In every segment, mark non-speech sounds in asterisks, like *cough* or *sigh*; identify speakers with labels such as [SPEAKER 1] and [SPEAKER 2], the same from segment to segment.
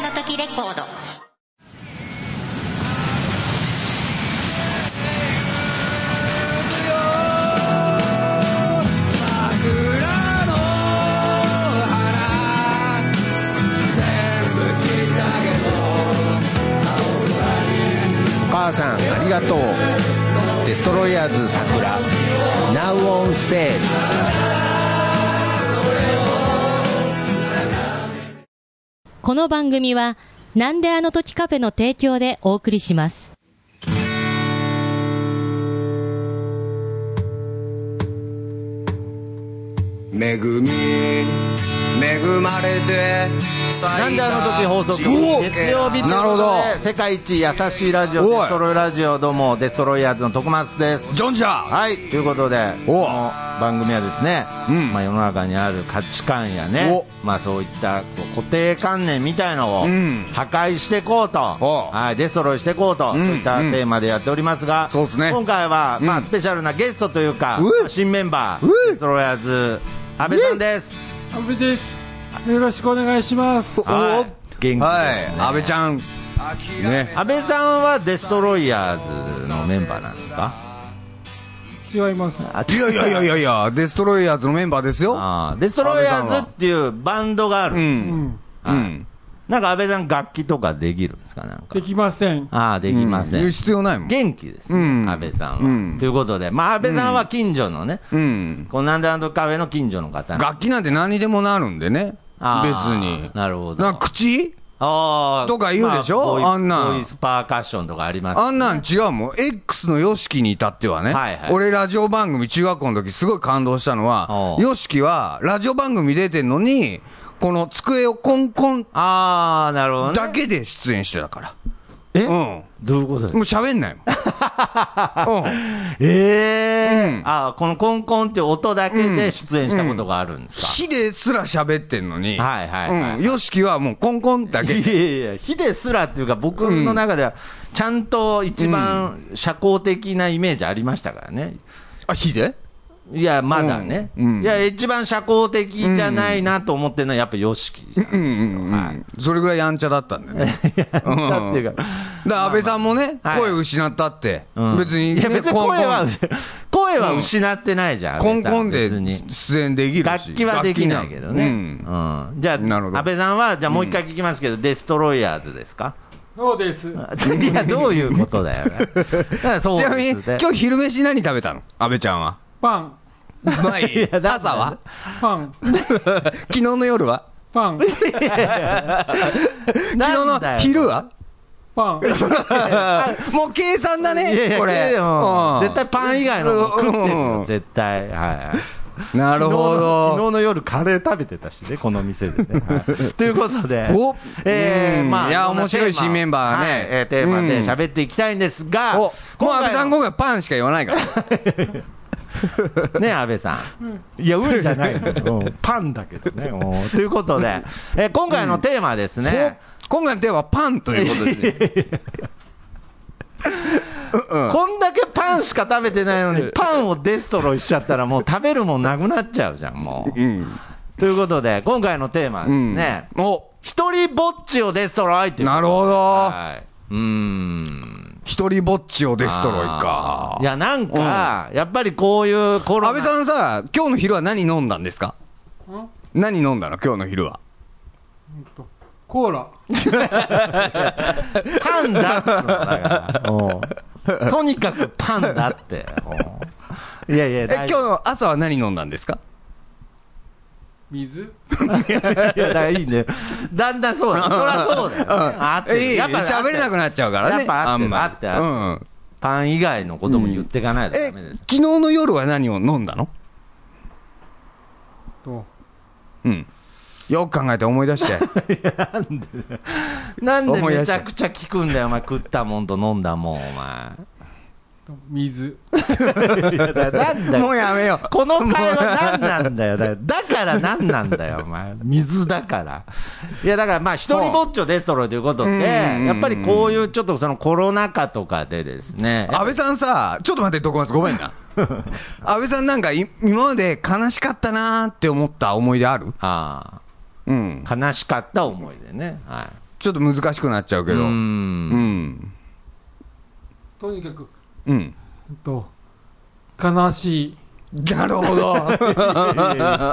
[SPEAKER 1] コード
[SPEAKER 2] 母さんありがとうデストロイヤーズ桜 Now on sale
[SPEAKER 3] この番組は、なんであの時カフェの提供でお送りします。
[SPEAKER 4] 恵み恵まれて
[SPEAKER 2] なんであの時放送月曜日という
[SPEAKER 4] なる
[SPEAKER 2] こ
[SPEAKER 4] ほど
[SPEAKER 2] とで世界一優しいラジオ
[SPEAKER 4] おい
[SPEAKER 2] デストロイラジオどうもデストロイヤーズの徳松です
[SPEAKER 4] ジョンジャー
[SPEAKER 2] はいということでこ
[SPEAKER 4] お
[SPEAKER 2] の番組はですね、
[SPEAKER 4] うん
[SPEAKER 2] まあ、世の中にある価値観やね、まあ、そういったこう固定観念みたいのを
[SPEAKER 4] うん
[SPEAKER 2] 破壊していこうと、
[SPEAKER 4] お
[SPEAKER 2] はい、デストロイしていこうと、
[SPEAKER 4] ん
[SPEAKER 2] そういったテーマでやっておりますが、
[SPEAKER 4] そうですね
[SPEAKER 2] 今回は、まあ、
[SPEAKER 4] うん
[SPEAKER 2] スペシャルなゲストというか、
[SPEAKER 4] う
[SPEAKER 2] 新メンバーデストロイヤーズ阿部さんです、
[SPEAKER 5] 安倍ですよろしくお願いします
[SPEAKER 2] はい、元気ですね、
[SPEAKER 4] はい阿部ちゃんね
[SPEAKER 2] 安倍さんはデストロイヤーズのメンバーなんですか
[SPEAKER 5] 違います
[SPEAKER 4] いやいやいやいやいやデストロイヤーズのメンバーですよ
[SPEAKER 2] あーデストロイヤーズっていうバンドがある
[SPEAKER 4] うん
[SPEAKER 2] ですよ、
[SPEAKER 4] んう
[SPEAKER 2] はい
[SPEAKER 4] ん
[SPEAKER 2] なんか安倍さん楽器とかできるんですかなんか
[SPEAKER 5] できません
[SPEAKER 2] ああできません、
[SPEAKER 4] 言う必要ないもん
[SPEAKER 2] 元気ですね、
[SPEAKER 4] うん
[SPEAKER 2] 安倍さんは、
[SPEAKER 4] うん
[SPEAKER 2] ということで、まあ、安倍さんは近所のね、
[SPEAKER 4] うん
[SPEAKER 2] このなんであのカフェの近所の方
[SPEAKER 4] 楽器なんて何にでもなるんでね別
[SPEAKER 2] あー
[SPEAKER 4] に
[SPEAKER 2] なるほど
[SPEAKER 4] なんか口
[SPEAKER 2] あー
[SPEAKER 4] とか言うでしょ
[SPEAKER 2] まボイ
[SPEAKER 4] あんなん
[SPEAKER 2] ボイスパーカッションとかあります
[SPEAKER 4] あんなん違うもん X の YOSHIKI に至ってはね、
[SPEAKER 2] はいはい
[SPEAKER 4] 俺ラジオ番組中学校の時すごい感動したのは
[SPEAKER 2] おう
[SPEAKER 4] YOSHIKI はラジオ番組出てんのにこの机をコンコン
[SPEAKER 2] ああなるほど、ね、
[SPEAKER 4] だけで出演してたから。
[SPEAKER 2] え、
[SPEAKER 4] うん。も
[SPEAKER 2] どういうことです
[SPEAKER 4] う喋んないも
[SPEAKER 2] *laughs*
[SPEAKER 4] ん。うん。
[SPEAKER 2] ええ
[SPEAKER 4] うん
[SPEAKER 2] あこのコンコンっていう音だけで出演したことがあるんですか、
[SPEAKER 4] 火ですら喋ってんのに。
[SPEAKER 2] はいはいはい
[SPEAKER 4] うん。ヨシキはもうコンコンだけ
[SPEAKER 2] *laughs* い。やいやいや、火ですらっていうか、僕の中では、ちゃんと一番社交的なイメージありましたからね、
[SPEAKER 4] あ、火で
[SPEAKER 2] いや、まだね、
[SPEAKER 4] うんうん
[SPEAKER 2] いや、一番社交的じゃないなと思ってるのは、やっぱ y o s さんで
[SPEAKER 4] う
[SPEAKER 2] すよ、
[SPEAKER 4] んうんう
[SPEAKER 2] はい
[SPEAKER 4] ん。それぐらいやんちゃだったんだよ
[SPEAKER 2] *laughs*
[SPEAKER 4] ね。や
[SPEAKER 2] んちゃっていう
[SPEAKER 4] だか
[SPEAKER 2] か
[SPEAKER 4] ら安倍さんもね、
[SPEAKER 2] はい
[SPEAKER 4] 声失ったって
[SPEAKER 2] うん。
[SPEAKER 4] 別に
[SPEAKER 2] いや、
[SPEAKER 4] ね、
[SPEAKER 2] 別に
[SPEAKER 4] コンコ
[SPEAKER 2] 声は
[SPEAKER 4] ン。、
[SPEAKER 2] 声は失ってないじゃん、
[SPEAKER 4] コンコンで
[SPEAKER 2] 別に
[SPEAKER 4] 出演できるし。
[SPEAKER 2] 楽器はできないけどね、
[SPEAKER 4] 楽器
[SPEAKER 2] う
[SPEAKER 4] なのうん
[SPEAKER 2] んじゃ
[SPEAKER 4] なるほ
[SPEAKER 2] あ、
[SPEAKER 4] ど
[SPEAKER 2] 安倍さんは、じゃあもう一回聞きますけど、デストロイヤーズですか *laughs*
[SPEAKER 5] そうです
[SPEAKER 2] いや、どういうこと
[SPEAKER 4] *laughs*
[SPEAKER 2] だよね、 *laughs* だからそう
[SPEAKER 4] ち
[SPEAKER 2] です
[SPEAKER 4] なみに、
[SPEAKER 2] ね
[SPEAKER 4] 今日昼飯何食べたの安倍ちゃん
[SPEAKER 2] *laughs*
[SPEAKER 4] は。
[SPEAKER 5] パン
[SPEAKER 4] ない朝は
[SPEAKER 5] パン
[SPEAKER 4] 昨日の夜は
[SPEAKER 5] パン
[SPEAKER 2] な
[SPEAKER 4] 昨日
[SPEAKER 2] んだよ
[SPEAKER 4] の昼は
[SPEAKER 2] *laughs*
[SPEAKER 5] パン
[SPEAKER 4] もう計算だ
[SPEAKER 2] いやい
[SPEAKER 4] ね、
[SPEAKER 2] や
[SPEAKER 4] これ
[SPEAKER 2] いや。も
[SPEAKER 4] うん
[SPEAKER 2] う絶対パン以外のもん食ってる
[SPEAKER 4] う
[SPEAKER 2] よ
[SPEAKER 4] ん
[SPEAKER 2] 絶対はい
[SPEAKER 4] なるほ
[SPEAKER 2] 昨日の
[SPEAKER 4] ど。
[SPEAKER 2] 昨日の夜カレー食べてたしねこの店でね、 *laughs* はいということで
[SPEAKER 4] お
[SPEAKER 2] えー
[SPEAKER 4] うん
[SPEAKER 2] まあ
[SPEAKER 4] いや
[SPEAKER 2] ろんな
[SPEAKER 4] 面白い
[SPEAKER 2] テーマ
[SPEAKER 4] 新メンバーがね
[SPEAKER 2] はいえーテーマで
[SPEAKER 4] うん
[SPEAKER 2] 喋っていきたいんですが、
[SPEAKER 4] おもう安倍さん
[SPEAKER 2] 今
[SPEAKER 4] 今回パンしか言わないから。
[SPEAKER 2] 回ね安倍さんいやうんじゃないのようんパンだけど *laughs* ねうんということで、えー今回のテーマはですね、
[SPEAKER 4] お今回のテーマはパンということでね。うんうん
[SPEAKER 2] こんだけパンしか食べてないのにパンをデストロイしちゃったらもう食べるもんなくなっちゃうじゃんもう
[SPEAKER 4] うん
[SPEAKER 2] ということで今回のテーマは
[SPEAKER 4] う
[SPEAKER 2] です
[SPEAKER 4] ん。
[SPEAKER 2] ね、
[SPEAKER 4] お
[SPEAKER 2] 一人ぼっちをデストロイっていう
[SPEAKER 4] なるほ
[SPEAKER 2] ど
[SPEAKER 4] ど。
[SPEAKER 2] うーん
[SPEAKER 4] 一人ぼっちをデストロイか
[SPEAKER 2] い。やなんか、やっぱりこういうコロナ
[SPEAKER 4] 安倍さんさ、今日の昼は何飲んだんですか何飲んだの今日の昼は。
[SPEAKER 5] コーラ
[SPEAKER 2] パンだっつうのだからお
[SPEAKER 4] *laughs*
[SPEAKER 2] うとにかくパンだっておういやいや
[SPEAKER 4] え、今
[SPEAKER 2] 大
[SPEAKER 4] 日
[SPEAKER 2] 丈夫
[SPEAKER 4] の朝は何飲んだんですか
[SPEAKER 5] 水
[SPEAKER 2] いやだからいいねだんだんそうだそりゃそうだよ、ね、あってる
[SPEAKER 4] いい
[SPEAKER 2] やっぱ
[SPEAKER 4] 喋れなく
[SPEAKER 2] い
[SPEAKER 4] なっちゃうからね。
[SPEAKER 2] やっぱ合ってる
[SPEAKER 4] あんまり
[SPEAKER 2] 合ってる
[SPEAKER 4] うん。
[SPEAKER 2] パン以外のことも言っていかないと
[SPEAKER 4] え
[SPEAKER 2] ダメです、
[SPEAKER 4] 昨日の夜は何を飲んだの
[SPEAKER 5] と
[SPEAKER 4] うんよく考えて思い出して
[SPEAKER 2] なんでめちゃくちゃ聞くんだよお前食ったもんと飲んだもんお前
[SPEAKER 5] と水
[SPEAKER 2] だからなんだよ
[SPEAKER 4] もうやめよう
[SPEAKER 2] この会話何なんだよだだから何なんだよお前水だからいやだからまあ一人ぼっちをデストロイということで
[SPEAKER 4] うん
[SPEAKER 2] やっぱりこういうちょっとそのコロナ禍とかでですね
[SPEAKER 4] 安倍さんさちょっと待って徳松ごめん
[SPEAKER 2] *laughs*
[SPEAKER 4] な安倍さんなんかい今まで悲しかったなーって思った思い出ある
[SPEAKER 2] あ
[SPEAKER 4] うん
[SPEAKER 2] あ悲しかった思いでねはい
[SPEAKER 4] ちょっと難しくなっちゃうけど。
[SPEAKER 2] う
[SPEAKER 4] うん。うんん。
[SPEAKER 5] とにかく、
[SPEAKER 4] うん。
[SPEAKER 5] うんと、悲しい。
[SPEAKER 4] なるほ
[SPEAKER 2] *laughs*
[SPEAKER 4] ど。あ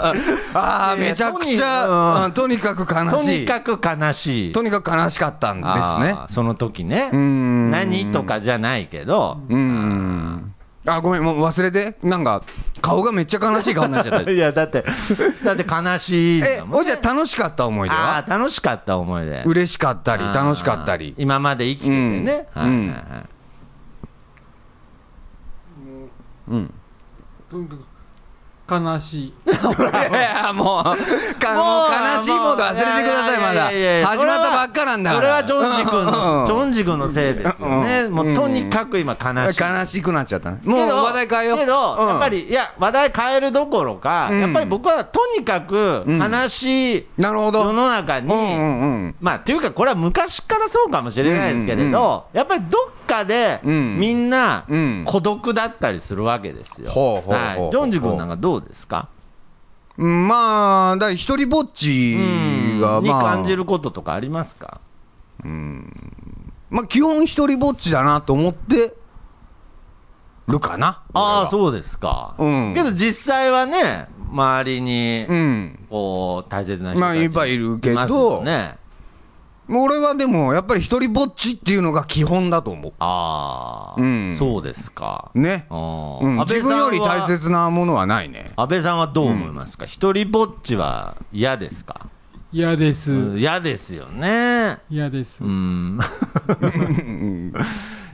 [SPEAKER 4] あ、
[SPEAKER 2] いやいや
[SPEAKER 4] めちゃくちゃ、うんとにかく悲
[SPEAKER 2] と
[SPEAKER 4] し
[SPEAKER 2] に
[SPEAKER 4] い。
[SPEAKER 2] かく悲しい。
[SPEAKER 4] とにかく悲しかったんですね
[SPEAKER 2] あ。ーその時ね
[SPEAKER 4] う。ん。
[SPEAKER 2] 何と。かじゃないけど、
[SPEAKER 4] うん。あ、ごめん、もう忘れて。なんか、顔がめっちゃ悲しい顔になっちゃった。
[SPEAKER 2] *laughs* いや、だって、だって悲しいん
[SPEAKER 4] え
[SPEAKER 2] だ、もん
[SPEAKER 4] おじゃあ楽しかった思い出
[SPEAKER 2] あ
[SPEAKER 4] は
[SPEAKER 2] あ、楽しかった思い出。
[SPEAKER 4] 嬉しかったり、
[SPEAKER 2] あー
[SPEAKER 4] 楽しかった
[SPEAKER 2] *laughs*
[SPEAKER 4] り。
[SPEAKER 2] 今まで生きててね。
[SPEAKER 4] うん
[SPEAKER 2] はいはい
[SPEAKER 4] うん
[SPEAKER 2] はい
[SPEAKER 5] もう
[SPEAKER 4] うん。
[SPEAKER 5] とにかく、悲しい。
[SPEAKER 4] いやいや、もう、かもう悲しいモード忘れてください、まだ。
[SPEAKER 2] ややや
[SPEAKER 4] 始まったばっかなんだか
[SPEAKER 2] それは
[SPEAKER 4] ら。
[SPEAKER 2] ジョンジ君
[SPEAKER 4] うん
[SPEAKER 2] の、ジョンジ君のせいですよね。
[SPEAKER 4] うん
[SPEAKER 2] もうとにかく今悲しい。
[SPEAKER 4] 悲しくなっちゃったね。もう
[SPEAKER 2] けど
[SPEAKER 4] 話題変えよう。
[SPEAKER 2] けど、
[SPEAKER 4] うん
[SPEAKER 2] やっぱ、り、いや、話題変えるどころか、
[SPEAKER 4] うん
[SPEAKER 2] やっぱり僕はとにかく
[SPEAKER 4] うん
[SPEAKER 2] 悲しい
[SPEAKER 4] なるほど。
[SPEAKER 2] 世の中
[SPEAKER 4] う
[SPEAKER 2] に、
[SPEAKER 4] んうんうん。
[SPEAKER 2] まあ、っていうか、これは昔からそうかもしれないですけれど、やっぱりどっかで、
[SPEAKER 4] うん
[SPEAKER 2] みんな
[SPEAKER 4] うん、
[SPEAKER 2] 孤独だったりするわけですよ。
[SPEAKER 4] ほうほうほう
[SPEAKER 2] はいジョンジ君なんかどうですか
[SPEAKER 4] うんまあ、だから一人ぼっちが、
[SPEAKER 2] に
[SPEAKER 4] まあ、
[SPEAKER 2] 感じることとかありますか
[SPEAKER 4] まあ、基本一人ぼっちだなと思ってるかな。
[SPEAKER 2] あ
[SPEAKER 4] う。
[SPEAKER 2] あ、そうですか。
[SPEAKER 4] うん
[SPEAKER 2] けど実際はね、周りに、
[SPEAKER 4] うん。
[SPEAKER 2] こう、大切な人
[SPEAKER 4] ま
[SPEAKER 2] た
[SPEAKER 4] あ
[SPEAKER 2] ち
[SPEAKER 4] いっぱいいるけど
[SPEAKER 2] ますよね。
[SPEAKER 4] 俺はでも、やっぱり一人ぼっちっていうのが基本だと思
[SPEAKER 2] ああ、
[SPEAKER 4] うん
[SPEAKER 2] そうですか。
[SPEAKER 4] う。ね。
[SPEAKER 2] あー
[SPEAKER 4] うん、
[SPEAKER 2] 安倍
[SPEAKER 4] 自
[SPEAKER 2] さんは
[SPEAKER 4] 分より大切なものはないね。
[SPEAKER 2] 安倍さんはどう思いますか、一人ぼっちは嫌ですか
[SPEAKER 5] 嫌です。
[SPEAKER 2] うん嫌ですよね。
[SPEAKER 5] 嫌です
[SPEAKER 2] う。ん *laughs*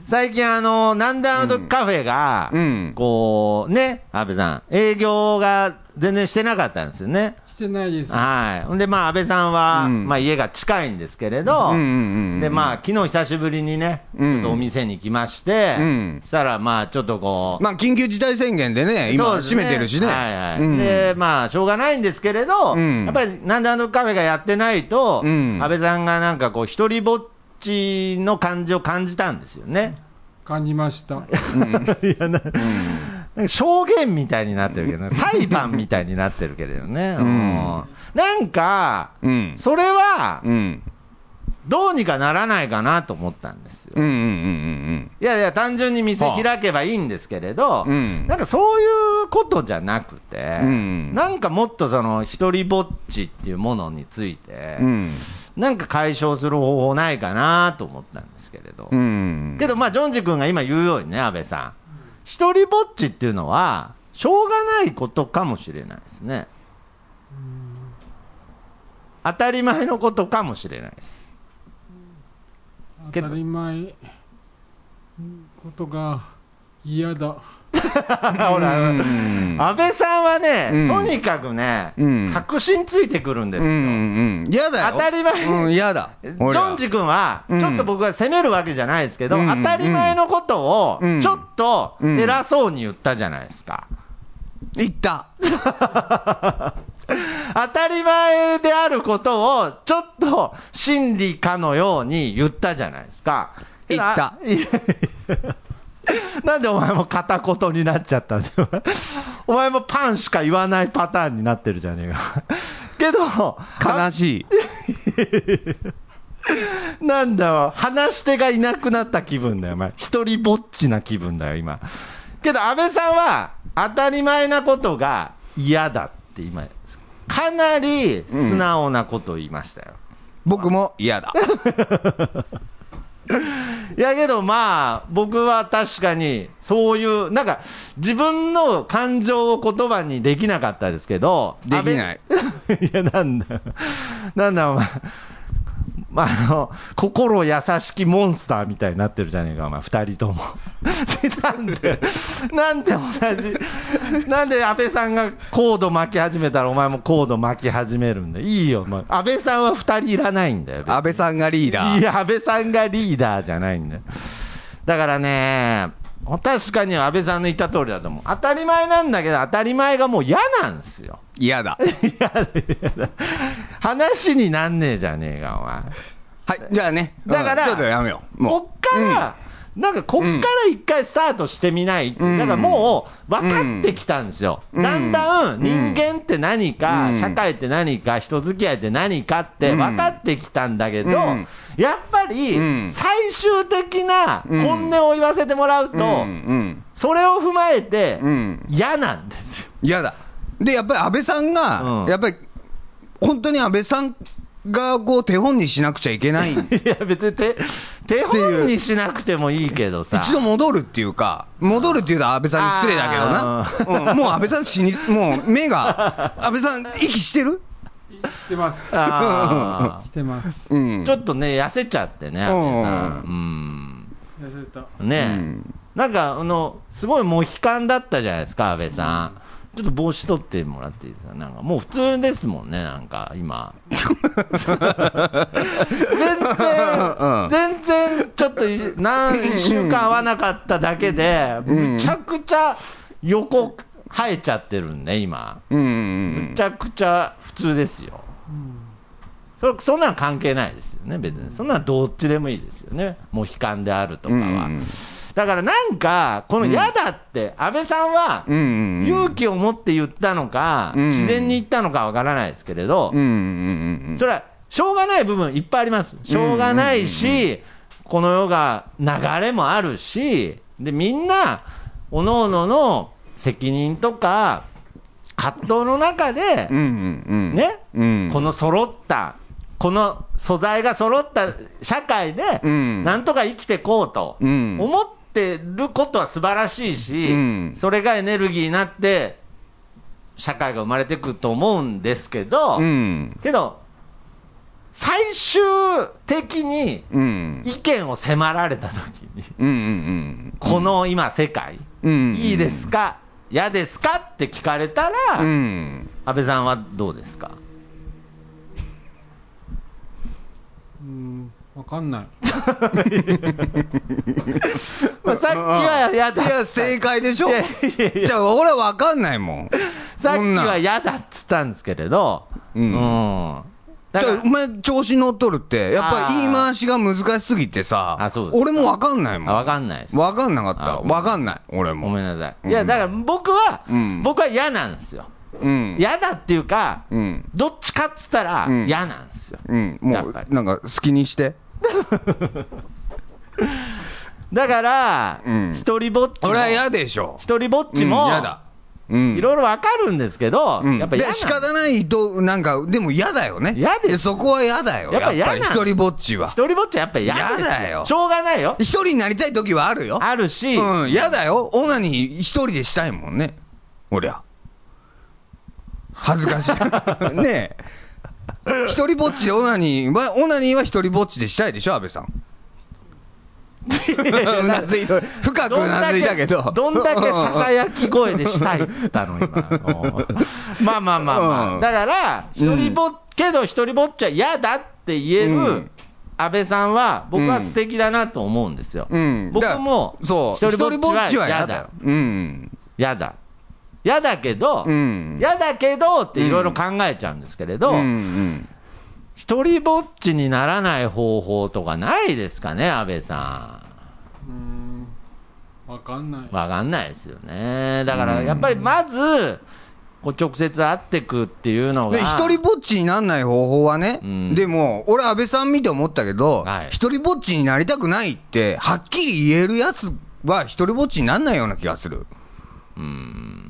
[SPEAKER 2] 最近、あの、なんであの時カフェが、
[SPEAKER 4] うん。
[SPEAKER 2] こう、ね、安倍さん、営業が全然してなかったんですよね。
[SPEAKER 5] してないです。
[SPEAKER 2] はい。ほんで、まあ、安倍さんは、
[SPEAKER 4] うん
[SPEAKER 2] まあ、家が近いんですけれど、
[SPEAKER 4] うんうんうん、
[SPEAKER 2] で、まあ、昨日久しぶりにね、
[SPEAKER 4] うん
[SPEAKER 2] ちょっとお店に来まして、
[SPEAKER 4] うん
[SPEAKER 2] したら、まあ、ちょっとこう、
[SPEAKER 4] まあ、緊急事態宣言でね、今、
[SPEAKER 2] そうです
[SPEAKER 4] 閉めてるしね。
[SPEAKER 2] はいはい。
[SPEAKER 4] うん
[SPEAKER 2] で、まあ、しょうがないんですけれど、
[SPEAKER 4] うん
[SPEAKER 2] やっぱり、なんであのカフェがやってないと、
[SPEAKER 4] うん
[SPEAKER 2] 安倍さんがなんかこう、一人ぼっちの感じを感じたんですよね。
[SPEAKER 5] 感じました。
[SPEAKER 2] *laughs* なんか証言みたいになってる
[SPEAKER 4] *laughs*
[SPEAKER 2] けどね、裁判みたいになってるけれどね。
[SPEAKER 4] ん
[SPEAKER 2] うんなんか、
[SPEAKER 4] うん。
[SPEAKER 2] それは、
[SPEAKER 4] うん。
[SPEAKER 2] どうにかならないかなと思ったんですよ。
[SPEAKER 4] うんうんうん
[SPEAKER 2] いやいや、単純に店開けばいいんですけれど、
[SPEAKER 4] うんうん。
[SPEAKER 2] なんかそういうことじゃなくて、
[SPEAKER 4] うん
[SPEAKER 2] なんかもっとその一人ぼっちっていうものについて、
[SPEAKER 4] うん。
[SPEAKER 2] なんか解消する方法ないかなと思ったんですけれど、
[SPEAKER 4] うん。
[SPEAKER 2] けどまあジョンジ君が今言うようにね、安倍さん、一人ぼっちっていうのは、しょうがないことかもしれないですね。当たり前のことかもしれないです。け
[SPEAKER 5] 当
[SPEAKER 2] ど
[SPEAKER 5] たり前ことが嫌だ。
[SPEAKER 2] ほら
[SPEAKER 4] うん、
[SPEAKER 2] 安倍さんはね、
[SPEAKER 4] うん
[SPEAKER 2] とにかくね、
[SPEAKER 4] うん
[SPEAKER 2] 確信ついてくるんで
[SPEAKER 4] う
[SPEAKER 2] すよ。
[SPEAKER 4] んうん。嫌だよ。
[SPEAKER 2] 当たり前
[SPEAKER 4] うん、嫌だ。
[SPEAKER 2] ジ
[SPEAKER 4] 俺ら
[SPEAKER 2] ョンジ君は、
[SPEAKER 4] うん
[SPEAKER 2] ちょっと僕は責めるわけじゃないですけど、
[SPEAKER 4] うん
[SPEAKER 2] 当たり前のことを
[SPEAKER 4] うん、
[SPEAKER 2] ちょっと偉そうに言ったじゃないですか。
[SPEAKER 4] 言った。
[SPEAKER 2] 当たり前であることを、ちょっと真理かのように言ったじゃないですか。
[SPEAKER 4] 言った
[SPEAKER 2] いやいや *laughs* なんでお前も片言になっちゃったんだよ。お前もパンしか言わないパターンになってるじゃねえか。けど、
[SPEAKER 4] 悲しい。
[SPEAKER 2] なんだよ、話し手がいなくなった気分だよ、お前。一人ぼっちな気分だよ、今。けど、安倍さんは、当たり前なことが嫌だって今、かなり素直なことを言いましたよ。
[SPEAKER 4] 僕も嫌だ。
[SPEAKER 2] いやけど、まあ、僕は確かに、そういう、なんか、自分の感情を言葉にできなかったですけど、
[SPEAKER 4] できない。
[SPEAKER 2] *laughs* いや、なんだよ、なんだよ、お前、まあ、あの心優しきモンスターみたいになってるじゃねえか、お前、2人とも。 *laughs* なんで、なんで同じ、なんで安倍さんがコード巻き始めたら、お前もコード巻き始めるんだよ、いいよ、お前安倍さんは2人いらないんだよ、別に
[SPEAKER 4] 安倍さんがリーダ
[SPEAKER 2] い
[SPEAKER 4] ー。
[SPEAKER 2] や、安倍さんがリーダーじゃないんだよ。だからね、確かに安倍さんの言った通りだと思う。当たり前なんだけど、当たり前がもう嫌なんですよ。
[SPEAKER 4] *laughs* 嫌だ。
[SPEAKER 2] 話になんねえじゃねえか、お前。
[SPEAKER 4] はい、じゃあね。
[SPEAKER 2] だから
[SPEAKER 4] うんちょっとやめよう。も
[SPEAKER 2] こっから、なんかこっから一回スタートしてみないって、
[SPEAKER 4] うん
[SPEAKER 2] だからもう分かってきたんですよ、
[SPEAKER 4] うん
[SPEAKER 2] だんだん人間って何
[SPEAKER 4] う
[SPEAKER 2] か、
[SPEAKER 4] ん
[SPEAKER 2] 社会って何か、人付き合いって何かって分かってきたんだけど、
[SPEAKER 4] うん
[SPEAKER 2] やっぱり
[SPEAKER 4] うん
[SPEAKER 2] 最終的な本音を言わせてもらうと、
[SPEAKER 4] うんうん
[SPEAKER 2] それを踏まえて
[SPEAKER 4] うん
[SPEAKER 2] 嫌なんですよ。 *laughs*
[SPEAKER 4] 嫌だ。で、やっぱり安倍さんが、
[SPEAKER 2] うん
[SPEAKER 4] やっぱり、本当に安倍さんがこう手本にしなくちゃいけ
[SPEAKER 2] *laughs*
[SPEAKER 4] ない。
[SPEAKER 2] いや別に手手本にしなくてもいいけどさ
[SPEAKER 4] 一度戻るっていうか、戻るっていうと安倍さんに失礼だけどな。うんもう安倍さん死に、もう目が、安倍さん息してる
[SPEAKER 5] してます
[SPEAKER 2] あ
[SPEAKER 5] してます
[SPEAKER 4] うん。
[SPEAKER 2] ーちょっとね痩せちゃってね阿部さん
[SPEAKER 5] 痩せた
[SPEAKER 2] う
[SPEAKER 4] う
[SPEAKER 2] んね、
[SPEAKER 4] ん
[SPEAKER 2] なんかあのすごいモヒカンだったじゃないですか阿部さん、ちょっと帽子取ってもらっていいですかなんかもう普通ですもんねなんか今全
[SPEAKER 4] うん
[SPEAKER 2] 然全然ちょっとい何週間会わなかっただけで
[SPEAKER 4] うん
[SPEAKER 2] むちゃくちゃ横生えちゃってるんで今
[SPEAKER 4] うんう
[SPEAKER 2] む
[SPEAKER 4] ん
[SPEAKER 2] ちゃくちゃ普通ですよそそんなん関係ないですよね別にそんなんどっちでもいいですよねモヒカンであると
[SPEAKER 4] う
[SPEAKER 2] か
[SPEAKER 4] ん。
[SPEAKER 2] は、
[SPEAKER 4] うん
[SPEAKER 2] だからなんか、この嫌だって、安倍さんは
[SPEAKER 4] うんうん。
[SPEAKER 2] 勇気を持って言ったのか、
[SPEAKER 4] うん
[SPEAKER 2] 自然に言ったのかわからないですけれど
[SPEAKER 4] うん、うんうんうん。
[SPEAKER 2] それはしょうがない部分いっぱいあります、しょうがないし、この世が流れもあるし、でみんな、おのおのの責任とか、葛藤の中で
[SPEAKER 4] う、んうんうん。
[SPEAKER 2] ね、
[SPEAKER 4] うん。
[SPEAKER 2] この揃った、この素材が揃った社会で、
[SPEAKER 4] うん
[SPEAKER 2] なんとか生きてこうと。
[SPEAKER 4] うん。
[SPEAKER 2] 思ってることは素晴らしいし、
[SPEAKER 4] うん
[SPEAKER 2] それがエネルギーになって、社会が生まれてくると思うんですけど、
[SPEAKER 4] うん。
[SPEAKER 2] けど、最終的に
[SPEAKER 4] うん。うん
[SPEAKER 2] 意見を迫られた時に、
[SPEAKER 4] うんうん
[SPEAKER 2] この今、世界、
[SPEAKER 4] うん。うん。
[SPEAKER 2] いいですか、嫌ですかって聞かれたら、
[SPEAKER 4] うん。
[SPEAKER 2] 安倍さんはどうですか
[SPEAKER 5] うんわかんない
[SPEAKER 2] まあさっきは嫌だ
[SPEAKER 4] いや、正解でしょ
[SPEAKER 2] いやいやいや
[SPEAKER 4] じゃあ、俺はわかんないもん。
[SPEAKER 2] *laughs* さっき
[SPEAKER 4] そんな
[SPEAKER 2] は嫌だっつったんですけれど、
[SPEAKER 4] うん
[SPEAKER 2] うんだ
[SPEAKER 4] ち
[SPEAKER 2] から
[SPEAKER 4] ょ、お前、調子乗っとるって、やっぱ
[SPEAKER 2] あー
[SPEAKER 4] り言い回しが難しすぎてさ、
[SPEAKER 2] あそうですか
[SPEAKER 4] 俺もわかんないも
[SPEAKER 2] あ
[SPEAKER 4] ん。
[SPEAKER 2] わかんないです。
[SPEAKER 4] わかんなかった。
[SPEAKER 2] あ
[SPEAKER 4] わかんない。俺も。
[SPEAKER 2] ごめんなさ
[SPEAKER 4] う
[SPEAKER 2] い。
[SPEAKER 4] ん
[SPEAKER 2] いや、だから僕は、
[SPEAKER 4] うん
[SPEAKER 2] 僕は嫌なんですよ。
[SPEAKER 4] うん。
[SPEAKER 2] 嫌だっていうか、
[SPEAKER 4] うん。
[SPEAKER 2] どっちかっつったら
[SPEAKER 4] うん
[SPEAKER 2] 嫌なんですよ。
[SPEAKER 4] うん。
[SPEAKER 2] や
[SPEAKER 4] も
[SPEAKER 2] っぱ
[SPEAKER 4] う、
[SPEAKER 2] り
[SPEAKER 4] なんか、好きにして。
[SPEAKER 2] だから、
[SPEAKER 4] うん
[SPEAKER 2] 一人ぼっちも
[SPEAKER 4] 俺、は嫌でしょ。
[SPEAKER 2] 一人ぼっち
[SPEAKER 4] うん
[SPEAKER 2] も、
[SPEAKER 4] 嫌だ。うん。
[SPEAKER 2] いろいろわかるんですけど、
[SPEAKER 4] うん
[SPEAKER 2] やっぱ嫌
[SPEAKER 4] で
[SPEAKER 2] な
[SPEAKER 4] 仕方ないと、なんか、でも嫌だよね。
[SPEAKER 2] 嫌です
[SPEAKER 4] でそこは嫌だよ。
[SPEAKER 2] やっぱ
[SPEAKER 4] や
[SPEAKER 2] 嫌
[SPEAKER 4] っぱ
[SPEAKER 2] なん
[SPEAKER 4] り
[SPEAKER 2] です
[SPEAKER 4] 一人ぼっちは。
[SPEAKER 2] 一人ぼっちはやっぱ嫌です
[SPEAKER 4] 嫌だよ
[SPEAKER 2] しょうがないよ。
[SPEAKER 4] 一人になりたい時はあるよ。
[SPEAKER 2] あるし、
[SPEAKER 4] うん、嫌だよ。オナに一人でしたいもんね。おりゃ。恥ずかし
[SPEAKER 2] *laughs*
[SPEAKER 4] い。ねえ。一人ぼっちでオナニーは、オナニーは一人ぼっちでしたいでしょ、安倍
[SPEAKER 2] *laughs*
[SPEAKER 4] さん。うなずいとる深くうなずいたけど。
[SPEAKER 2] どんだけささ
[SPEAKER 4] え
[SPEAKER 2] やき声でしたいっつったの、今。うんまあまあまあまあ。
[SPEAKER 4] うん
[SPEAKER 2] だから、一人ぼっ、けど一人ぼっちは嫌だって言え
[SPEAKER 4] う
[SPEAKER 2] る
[SPEAKER 4] ん
[SPEAKER 2] 安倍さんは、僕は素敵だなと思うんですよ。
[SPEAKER 4] うん。
[SPEAKER 2] 僕
[SPEAKER 4] だから
[SPEAKER 2] も、
[SPEAKER 4] そう。
[SPEAKER 2] 一人ぼっちは嫌
[SPEAKER 4] 嫌
[SPEAKER 2] だ。。
[SPEAKER 4] うん。
[SPEAKER 2] 嫌だ。嫌だけど
[SPEAKER 4] う、ん。
[SPEAKER 2] 嫌だけどっていろいろ考えちゃうんですけれど
[SPEAKER 4] う、ん
[SPEAKER 2] 一人ぼっちにならない方法とかないですかね、安倍さん。
[SPEAKER 5] うんわかんない
[SPEAKER 2] わかんないですよね。だからやっぱりまず、こう直接会ってくっていうの
[SPEAKER 4] うん。
[SPEAKER 2] が。
[SPEAKER 4] で、一人ぼっちになんない方法はね、
[SPEAKER 2] うん
[SPEAKER 4] でも、俺、安倍さん見て思ったけど、
[SPEAKER 2] はい
[SPEAKER 4] 一人ぼっちになりたくないって、はっきり言えるやつは、一人ぼっちになんないような気がする。うん。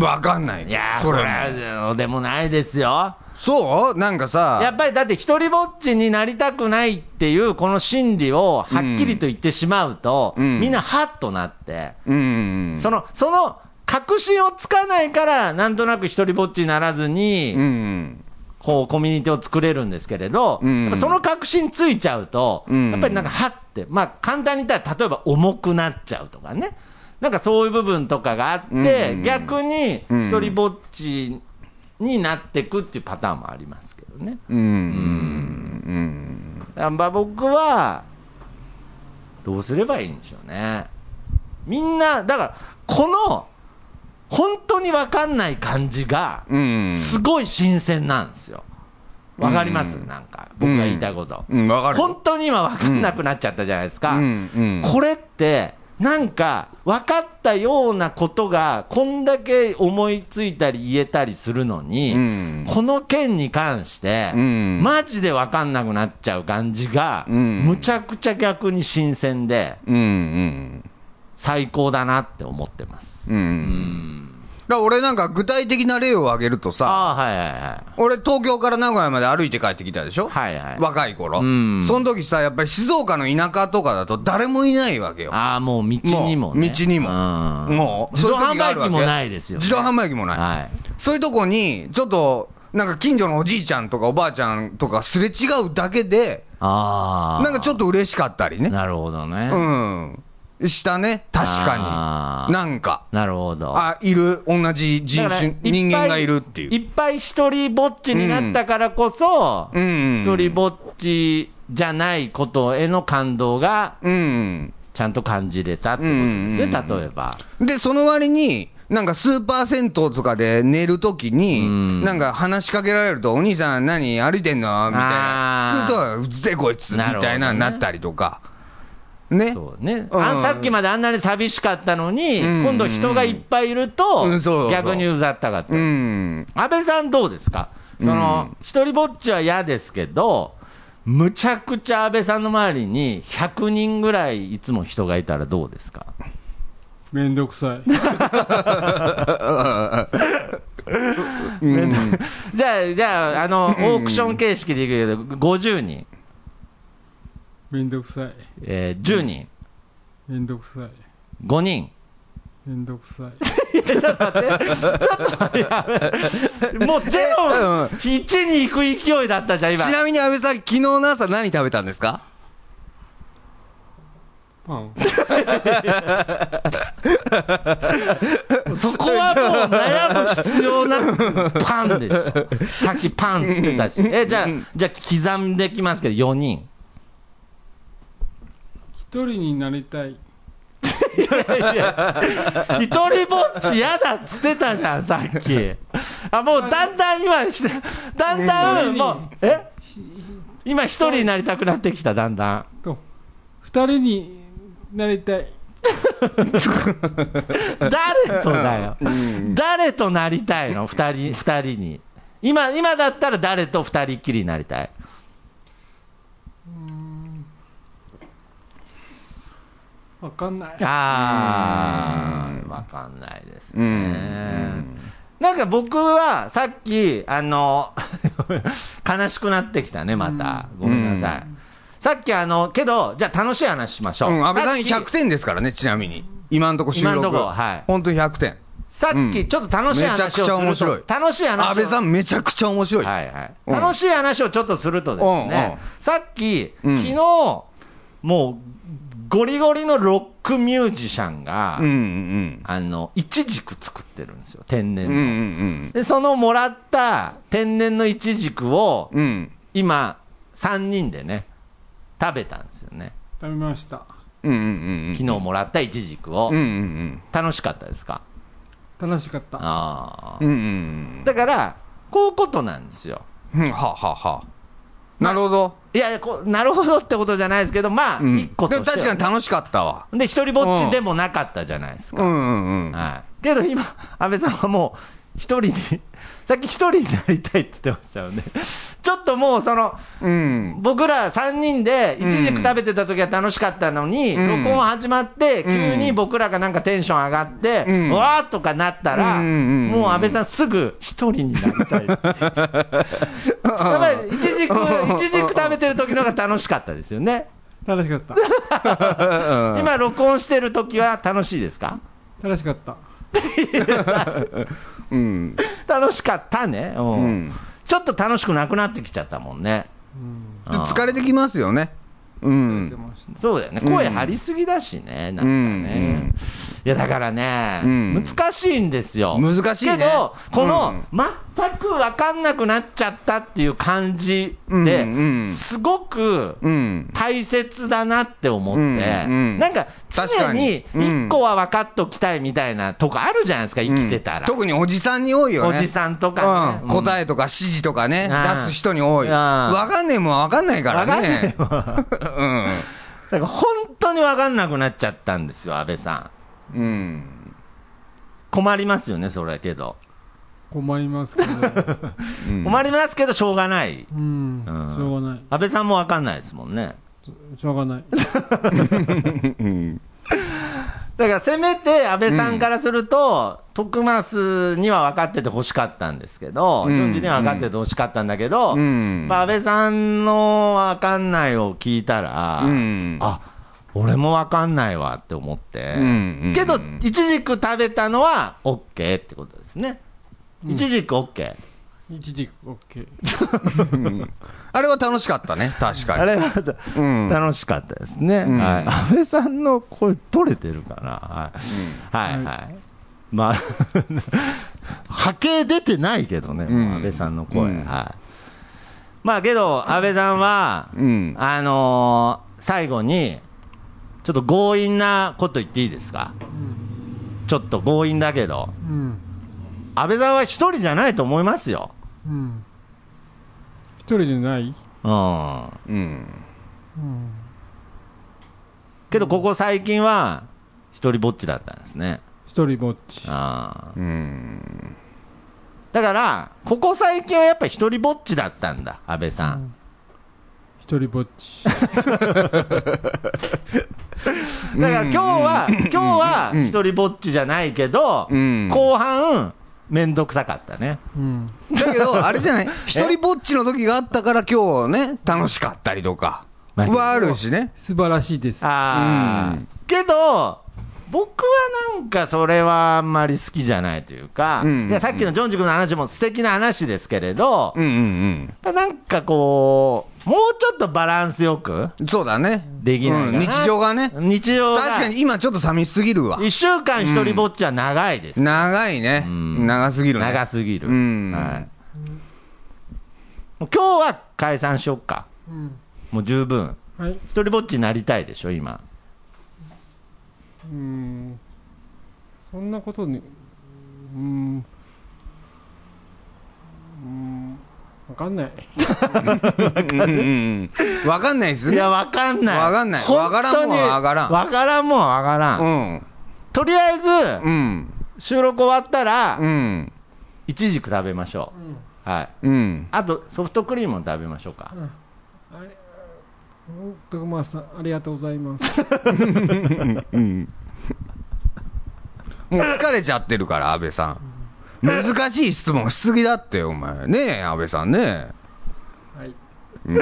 [SPEAKER 4] わかんない。
[SPEAKER 2] いやー、
[SPEAKER 4] そ
[SPEAKER 2] そ
[SPEAKER 4] れ
[SPEAKER 2] れ
[SPEAKER 4] も。
[SPEAKER 2] はどうでもないですよ。
[SPEAKER 4] そうなんかさ、
[SPEAKER 2] やっぱりだって一人ぼっちになりたくないっていうこの心理をはっきりと言ってしまうと、
[SPEAKER 4] うん
[SPEAKER 2] みんなハッとなって、
[SPEAKER 4] うん。
[SPEAKER 2] その、その、確信をつかないから、なんとなく一人ぼっちにならずに、
[SPEAKER 4] うん。
[SPEAKER 2] こう、コミュニティを作れるんですけれど、
[SPEAKER 4] うん
[SPEAKER 2] やっぱその確信ついちゃうと、
[SPEAKER 4] うん
[SPEAKER 2] やっぱりなんか、はって、まあ、簡単に言ったら、例えば重くなっちゃうとかね、なんかそういう部分とかがあって、
[SPEAKER 4] うん
[SPEAKER 2] 逆に、
[SPEAKER 4] うん
[SPEAKER 2] 一人ぼっちになってくっていうパターンもありますけどね。
[SPEAKER 4] うん。うん。
[SPEAKER 2] やっぱ僕は、どうすればいいんでしょうね。みんな、だから、この、本当にわかんない感じが、
[SPEAKER 4] うん。
[SPEAKER 2] すごい新鮮なんですよ。
[SPEAKER 4] う
[SPEAKER 2] わかります、
[SPEAKER 4] うん
[SPEAKER 2] なんか、僕が言いたいこと。
[SPEAKER 4] うん、わかる。
[SPEAKER 2] 本当に今わかんなくなっちゃったじゃないですか。
[SPEAKER 4] うん、うん。
[SPEAKER 2] これって、なんか、分かったようなことが、こんだけ思いついたり言えたりするのに、
[SPEAKER 4] うん
[SPEAKER 2] この件に関して、
[SPEAKER 4] うん
[SPEAKER 2] マジで分かんなくなっちゃう感じが、
[SPEAKER 4] うん
[SPEAKER 2] むちゃくちゃ逆に新鮮で、
[SPEAKER 4] うん、うん。
[SPEAKER 2] 最高だなって思ってます。
[SPEAKER 4] うん。だから俺なんか具体的な例を挙げるとさ、
[SPEAKER 2] ああ、はいはいはい。
[SPEAKER 4] 俺東京から名古屋まで歩いて帰ってきたでしょ
[SPEAKER 2] はいはい
[SPEAKER 4] 若い頃。
[SPEAKER 2] うん
[SPEAKER 4] その時さ、やっぱり静岡の田舎とかだと誰もいないわけよ。
[SPEAKER 2] ああ、もう道にも、ね。
[SPEAKER 4] もう道にも
[SPEAKER 2] うん
[SPEAKER 4] もう、
[SPEAKER 2] 自動
[SPEAKER 4] そうう
[SPEAKER 2] 販
[SPEAKER 4] 時があ
[SPEAKER 2] 売
[SPEAKER 4] るわ
[SPEAKER 2] 機
[SPEAKER 4] け
[SPEAKER 2] もないですよ、ね。
[SPEAKER 4] 自動販売機もない。
[SPEAKER 2] はい。
[SPEAKER 4] そういうとこに、ちょっと、なんか近所のおじいちゃんとかおばあちゃんとかすれ違うだけで、
[SPEAKER 2] ああ。
[SPEAKER 4] なんかちょっと嬉しかったりね。
[SPEAKER 2] なるほどね。
[SPEAKER 4] うん。したね。確
[SPEAKER 2] あ
[SPEAKER 4] か
[SPEAKER 2] ー
[SPEAKER 4] に。なんか。
[SPEAKER 2] なるほど。
[SPEAKER 4] あ、いる。同じ人
[SPEAKER 2] だからい
[SPEAKER 4] 種
[SPEAKER 2] っ、ぱい
[SPEAKER 4] 人間がいるっていう。
[SPEAKER 2] いっぱい一人ぼっちになったからこそ、
[SPEAKER 4] うん。
[SPEAKER 2] 一人ぼっちじゃないことへの感動が
[SPEAKER 4] うん。
[SPEAKER 2] ちゃんと感じれたってことですね、
[SPEAKER 4] うんうん
[SPEAKER 2] 例えば。
[SPEAKER 4] で、その割に、なんかスーパー銭湯とかで寝るとき
[SPEAKER 2] うん
[SPEAKER 4] に、なんか話しかけられると、お兄さん何歩いてんのみたい
[SPEAKER 2] あ
[SPEAKER 4] な。
[SPEAKER 2] ー
[SPEAKER 4] そういうと、うっぜこいつ、み
[SPEAKER 2] なるほどね
[SPEAKER 4] たいなのになったりとか。ね。
[SPEAKER 2] そうね、
[SPEAKER 4] うん
[SPEAKER 2] あさっきまであんなに寂しかったのに、
[SPEAKER 4] うん
[SPEAKER 2] 今度人がいっぱいいると、
[SPEAKER 4] うんそうそう
[SPEAKER 2] 逆にうざったか *laughs* った。
[SPEAKER 4] うん。
[SPEAKER 2] 安倍さんどうですかその、
[SPEAKER 4] うん
[SPEAKER 2] 一人ぼっちは嫌ですけど、むちゃくちゃ安倍さんの周りに100人ぐらいいつも人がいたらどうですか
[SPEAKER 5] めんどくさい。
[SPEAKER 4] うん
[SPEAKER 2] じゃあ、じゃあ、あの、オークション形式でいくけど、50人、
[SPEAKER 5] めんどくさい。
[SPEAKER 2] えー10人、
[SPEAKER 5] めんどくさい。
[SPEAKER 2] 5人。
[SPEAKER 5] めんどくさい。
[SPEAKER 2] もうゼ
[SPEAKER 4] う
[SPEAKER 2] ロ、
[SPEAKER 4] ん
[SPEAKER 2] 1に行く勢いだったじゃん、今
[SPEAKER 4] ち。なみに安倍さん、昨日の朝何食べたんですか
[SPEAKER 5] パン。
[SPEAKER 2] そこはもう悩む必要なくパンでしょ。さっきパンつってたし。え、じゃあ、じゃあ刻んできますけど、4人。
[SPEAKER 5] 一人になりたい。
[SPEAKER 2] *laughs* 一人ぼっち嫌だっつってたじゃん、さっき。あ、もうだんだん今して、だんだんもう、え今一人になりたくなってきた、だんだん。
[SPEAKER 5] と、二人になりたい。
[SPEAKER 2] 誰とだよ。誰となりたいの、二人、二人に。今、今だったら誰と二人っきりになりたい。
[SPEAKER 5] わかんない。
[SPEAKER 2] あー、わかんないです
[SPEAKER 4] う
[SPEAKER 2] ね。なんか僕はさっき、あの *laughs* 悲しくなってきたね、また、ごめんなさい。さっき、あのけど、じゃあ楽しい話しましょう。
[SPEAKER 4] うん、安倍さん
[SPEAKER 2] さっ
[SPEAKER 4] 100
[SPEAKER 2] き
[SPEAKER 4] 点ですからね、ちなみに。今んとこ収
[SPEAKER 2] 今ん
[SPEAKER 4] 録。
[SPEAKER 2] とこはい
[SPEAKER 4] 本当に100点。
[SPEAKER 2] さっ
[SPEAKER 4] う
[SPEAKER 2] き
[SPEAKER 4] ん
[SPEAKER 2] ちょっと楽しい話をする
[SPEAKER 4] め
[SPEAKER 2] と
[SPEAKER 4] ちゃくちゃ面白い
[SPEAKER 2] 楽しい話を
[SPEAKER 4] 安倍さん、めちゃくちゃ面白い。
[SPEAKER 2] はいはい
[SPEAKER 4] うん
[SPEAKER 2] 楽しい話をちょっとするとです
[SPEAKER 4] うんうん、
[SPEAKER 2] ねさっき、
[SPEAKER 4] うん
[SPEAKER 2] 昨日もうゴリゴリのロックミュージシャンが、
[SPEAKER 4] うんうん。
[SPEAKER 2] あのいちじく作ってるんですよ、天然
[SPEAKER 4] うんう
[SPEAKER 2] の。
[SPEAKER 4] ん
[SPEAKER 2] でそのもらった天然のいちじくを
[SPEAKER 4] うん。うん。
[SPEAKER 2] 今、3人でね、食べたんですよね、
[SPEAKER 5] 食べました。
[SPEAKER 4] うんうんうん。
[SPEAKER 2] 昨日もらったいちじくを
[SPEAKER 4] うんう、ん
[SPEAKER 2] 楽しかったですか、
[SPEAKER 5] 楽しかった。
[SPEAKER 2] あ
[SPEAKER 4] うん。うんうん
[SPEAKER 2] ーだから、こういうことなんですよ、
[SPEAKER 4] うん。うんはあはあはあなるほど。
[SPEAKER 2] いやこう、なるほどってことじゃないですけど、まあ、
[SPEAKER 4] うん
[SPEAKER 2] 一個と
[SPEAKER 4] で
[SPEAKER 2] し
[SPEAKER 4] も
[SPEAKER 2] ては
[SPEAKER 4] 確かに楽しかったわ。
[SPEAKER 2] で、一人ぼっちでもなかったじゃないです
[SPEAKER 4] う
[SPEAKER 2] か、
[SPEAKER 4] んうんうん。
[SPEAKER 2] はい、けど今、安倍さんはもう、一人に、さっき一人になりたいって言ってましたよね。ちょっともうその
[SPEAKER 4] うん。
[SPEAKER 2] 僕ら3人でいちじく食べてた時は楽しかったのに、
[SPEAKER 4] ん
[SPEAKER 2] 録音始まって、
[SPEAKER 4] ん
[SPEAKER 2] 急に僕らがなんかテンション上がって、う
[SPEAKER 4] うん
[SPEAKER 2] わーとかなったら、
[SPEAKER 4] うんうんうん
[SPEAKER 2] もう安倍さん、すぐ一人になり
[SPEAKER 4] *laughs*
[SPEAKER 2] たいやっぱりいちじく、いちじく食べてる時の方が楽しかったですよね、
[SPEAKER 5] 楽しかった。
[SPEAKER 2] 今、録音してる時は楽しいですか
[SPEAKER 5] 楽しかった。
[SPEAKER 4] うん。
[SPEAKER 2] 楽しかったね、うん
[SPEAKER 4] うん。
[SPEAKER 2] ちょっと楽しくなくなってきちゃったもんね。
[SPEAKER 5] うん。
[SPEAKER 2] うん
[SPEAKER 4] 疲れてきますよね。う
[SPEAKER 5] 出
[SPEAKER 4] ん。
[SPEAKER 5] ました。
[SPEAKER 2] そうだよね、
[SPEAKER 4] うん
[SPEAKER 2] 声張りすぎだしね、なんかね。いやだからね、
[SPEAKER 4] うん
[SPEAKER 2] 難しいんですよ。
[SPEAKER 4] 難しいね
[SPEAKER 2] けど、こ
[SPEAKER 4] う
[SPEAKER 2] の
[SPEAKER 4] ん
[SPEAKER 2] 全く分かんなくなっちゃったっていう感じ
[SPEAKER 4] うん
[SPEAKER 2] で、
[SPEAKER 4] うん
[SPEAKER 2] すごく
[SPEAKER 4] うん。
[SPEAKER 2] 大切だなって思って、
[SPEAKER 4] うんうん
[SPEAKER 2] なんか
[SPEAKER 4] 確
[SPEAKER 2] 常
[SPEAKER 4] か
[SPEAKER 2] に
[SPEAKER 4] にうん
[SPEAKER 2] 一個は分かっときたいみたいなとこあるじゃないですか、生きてたら。
[SPEAKER 4] 特におじさんに多いよね。
[SPEAKER 2] おじさんとかね
[SPEAKER 4] う
[SPEAKER 2] うんん
[SPEAKER 4] 答えとか指示とかね、
[SPEAKER 2] ああ
[SPEAKER 4] 出す人に多い。
[SPEAKER 2] ああ
[SPEAKER 4] わかんねえもんわかんないから
[SPEAKER 2] わかんね
[SPEAKER 4] ね。
[SPEAKER 2] だから本当に分かんなくなっちゃったんですよ、安倍さん。
[SPEAKER 4] うん。うん。
[SPEAKER 2] 困りますよね、それけど。
[SPEAKER 5] 困りますけど、
[SPEAKER 4] うん
[SPEAKER 2] 困りますけど、しょうがない。
[SPEAKER 5] うん、
[SPEAKER 2] うん
[SPEAKER 5] しょうがない
[SPEAKER 2] 安倍さんも分かんないですもんね。
[SPEAKER 5] しょうがない
[SPEAKER 4] うん
[SPEAKER 2] だからせめて安倍さんからすると、徳増には分かっててほしかったんですけど、
[SPEAKER 4] うん
[SPEAKER 2] ジョンジには分かっててほしかったんだけど、
[SPEAKER 4] うん
[SPEAKER 2] まあ安倍さんの分かんないを聞いたら、
[SPEAKER 4] うん
[SPEAKER 2] あ俺も分かんないわって思って、
[SPEAKER 4] うんうん
[SPEAKER 2] けど、いちじく食べたのは OK ってことですね。いちじく OK、
[SPEAKER 5] 一時オッケー
[SPEAKER 4] あれは楽しかったね、確かに。
[SPEAKER 2] あれは
[SPEAKER 4] うん
[SPEAKER 2] 楽しかったですね、
[SPEAKER 4] うん
[SPEAKER 2] はい、安倍さんの声、取れてるかな、はい、はい、はい、まあ、 *laughs* 波形出てないけどね、もう
[SPEAKER 4] うん
[SPEAKER 2] 安倍さんの声、
[SPEAKER 4] うん
[SPEAKER 2] はい。まあけど、安倍さんは、
[SPEAKER 4] うん
[SPEAKER 2] あのー最後に、ちょっと強引なこと言っていいですか、ちょっと強引だけど、
[SPEAKER 5] うん
[SPEAKER 2] 安倍さんは一人じゃないと思いますよ。
[SPEAKER 5] うん一人でない
[SPEAKER 2] う
[SPEAKER 4] うん。
[SPEAKER 2] ん
[SPEAKER 5] うん
[SPEAKER 2] けど、ここ最近は、一人ぼっちだったんですね。
[SPEAKER 5] 一人ぼっち
[SPEAKER 2] あー
[SPEAKER 4] うん。
[SPEAKER 2] だから、ここ最近はやっぱ一人ぼっちだったんだ、安倍さん。
[SPEAKER 5] 一人ぼっち
[SPEAKER 2] だから今日は、今日は
[SPEAKER 4] うん
[SPEAKER 2] 一人ぼっちじゃないけど、
[SPEAKER 4] うん
[SPEAKER 2] 後半、めんどくさかったね。
[SPEAKER 5] うん
[SPEAKER 4] だけ
[SPEAKER 2] *laughs*
[SPEAKER 4] ど、あれじゃない、一人ぼっちの時があったから、今日ね、楽しかったりとか
[SPEAKER 2] まあ
[SPEAKER 4] はあるしね。
[SPEAKER 5] 素晴らしいです
[SPEAKER 2] あー、
[SPEAKER 4] うん
[SPEAKER 2] けど、僕はなんかそれはあんまり好きじゃないというか、
[SPEAKER 4] うん
[SPEAKER 2] いやさっきのジョンジ君の話も素敵な話ですけれど、
[SPEAKER 4] うんうん
[SPEAKER 2] なんかこう、もうちょっとバランスよく
[SPEAKER 4] うん。そうだね。
[SPEAKER 2] できないかな、
[SPEAKER 4] うん日常がね。
[SPEAKER 2] 日常が
[SPEAKER 4] 確かに今ちょっと寂しすぎるわ。
[SPEAKER 2] 1週間一人ぼっちは長いです、
[SPEAKER 4] 長いね。
[SPEAKER 2] うん
[SPEAKER 4] 長すぎるね。
[SPEAKER 2] 長すぎる、
[SPEAKER 4] うん
[SPEAKER 2] はい、もう今日は解散しよっか
[SPEAKER 5] うん
[SPEAKER 2] もう十分
[SPEAKER 5] はい
[SPEAKER 2] 一人ぼっちになりたいでしょ今
[SPEAKER 5] うんそんなことにうんうんわかんない
[SPEAKER 4] うんうんうん。わかんないです
[SPEAKER 2] い
[SPEAKER 4] ね。
[SPEAKER 2] や分かんない
[SPEAKER 4] わかんないわからんもんはわからん
[SPEAKER 2] 分からんもんはわからん、
[SPEAKER 4] うん。
[SPEAKER 2] とりあえず
[SPEAKER 4] うん。
[SPEAKER 2] 収録終わったら
[SPEAKER 4] うん。
[SPEAKER 2] いちじく食べましょう、はい
[SPEAKER 4] うん。
[SPEAKER 2] あとソフトクリームも食べましょうか、
[SPEAKER 5] うん徳松さんありがとうございます
[SPEAKER 4] もう疲れちゃってるから、安倍さん。難しい質問しすぎだって、お前。ねえ、安倍さんね。
[SPEAKER 5] はい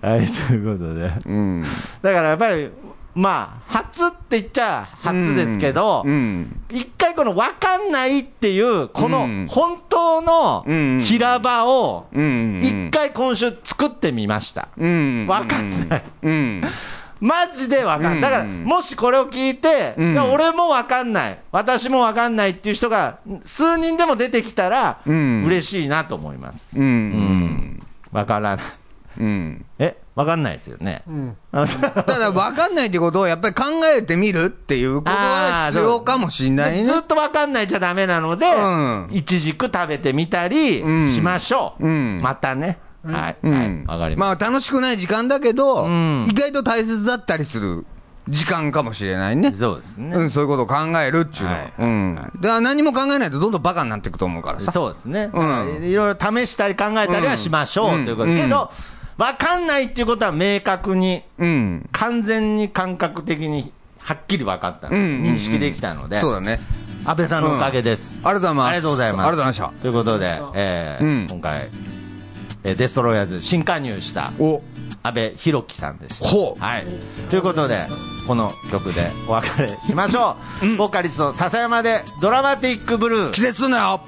[SPEAKER 2] はい *laughs* ということで
[SPEAKER 4] うん。
[SPEAKER 2] だからやっぱりまあ初って言っちゃ初ですけど、
[SPEAKER 4] うん。
[SPEAKER 2] 一回この分かんないっていう、こ
[SPEAKER 4] う
[SPEAKER 2] の
[SPEAKER 4] ん
[SPEAKER 2] 本当の
[SPEAKER 4] うん
[SPEAKER 2] 平場を、
[SPEAKER 4] うん。
[SPEAKER 2] 一回今週作ってみました。
[SPEAKER 4] うん。
[SPEAKER 2] わかんない。
[SPEAKER 4] うん。
[SPEAKER 2] マジで分かんない。だから、
[SPEAKER 4] うん
[SPEAKER 2] もしこれを聞いて、
[SPEAKER 4] うん
[SPEAKER 2] いや俺も分かんない、私も分かんないっていう人が、数人でも出てきたら、
[SPEAKER 4] うん
[SPEAKER 2] 嬉しいなと思います。
[SPEAKER 4] うん。う
[SPEAKER 2] うん
[SPEAKER 4] ん。
[SPEAKER 2] 分からない。
[SPEAKER 4] うん。
[SPEAKER 2] え、分かんないですよね。
[SPEAKER 5] うん
[SPEAKER 2] *laughs*
[SPEAKER 4] ただ、分かんないってことをやっぱり考えてみるっていうことは必要かもしんないね
[SPEAKER 2] ず。っと分かんないじゃダメなので
[SPEAKER 4] うん、
[SPEAKER 2] いちじく食べてみたり
[SPEAKER 4] うん
[SPEAKER 2] しましょう。
[SPEAKER 4] うん
[SPEAKER 2] またね。
[SPEAKER 5] うん
[SPEAKER 2] はい。
[SPEAKER 4] う
[SPEAKER 2] はい
[SPEAKER 4] ん。
[SPEAKER 2] わかり
[SPEAKER 4] ま
[SPEAKER 2] ま
[SPEAKER 4] あ、楽しくない時間だけど、
[SPEAKER 2] うん
[SPEAKER 4] 意外と大切だったりする時間かもしれないね。
[SPEAKER 2] す。そうです
[SPEAKER 4] う
[SPEAKER 2] ね
[SPEAKER 4] ん、。そういうことを考えるっちゅうのは。
[SPEAKER 2] はい
[SPEAKER 4] うん。だから何も考えないとどんどんバカになっていくと思うからさ。
[SPEAKER 2] そうですね。
[SPEAKER 4] うん
[SPEAKER 2] いろいろ試したり考えたりはしましょ
[SPEAKER 4] う
[SPEAKER 2] うんということ
[SPEAKER 4] うん
[SPEAKER 2] けど、わかんないっていうことは明確に、
[SPEAKER 4] うん。
[SPEAKER 2] 完全に感覚的にはっきり分かったの
[SPEAKER 4] うんうんうん
[SPEAKER 2] 認識できたので、
[SPEAKER 4] そうだね。
[SPEAKER 2] 安倍さんのおかげです。
[SPEAKER 4] ありがとうございます。
[SPEAKER 2] ありがとうございます
[SPEAKER 4] ありがとうございまし
[SPEAKER 2] ということで
[SPEAKER 5] そう、
[SPEAKER 2] えー
[SPEAKER 4] うん
[SPEAKER 2] 今回、えーデストロイヤーズ新加入した
[SPEAKER 4] た。お、
[SPEAKER 2] 安倍博樹さんでした。
[SPEAKER 4] ほう。
[SPEAKER 2] はい、ということでこの曲でお別れしましょう、ボーカリスト笹山で「ドラマティックブルー」
[SPEAKER 4] 季節すんなよ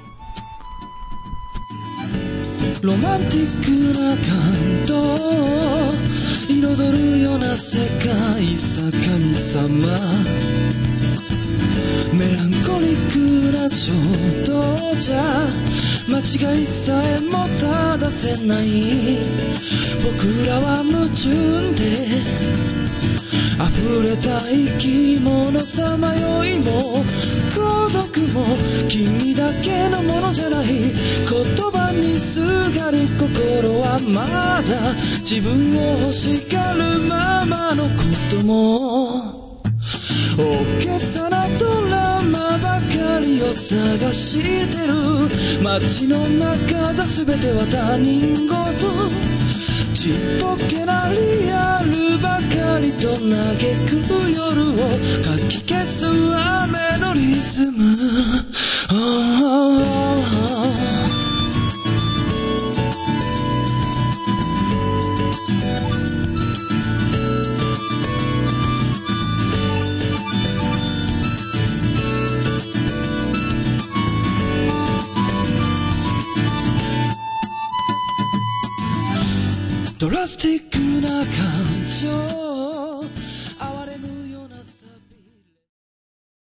[SPEAKER 1] ロマンティックな感動彩るような世界さ神様違いさえも正せない僕らは矛盾で溢れた生き物さまよいも孤独も君だけのものじゃない言葉にすがる心はまだ自分を欲しがるままのことも大げさなドラマばかりを探してる街の中じゃ全ては他人事ちっぽけなリアルばかりと嘆く夜をかき消す雨のリズム、ああドラスティックな感情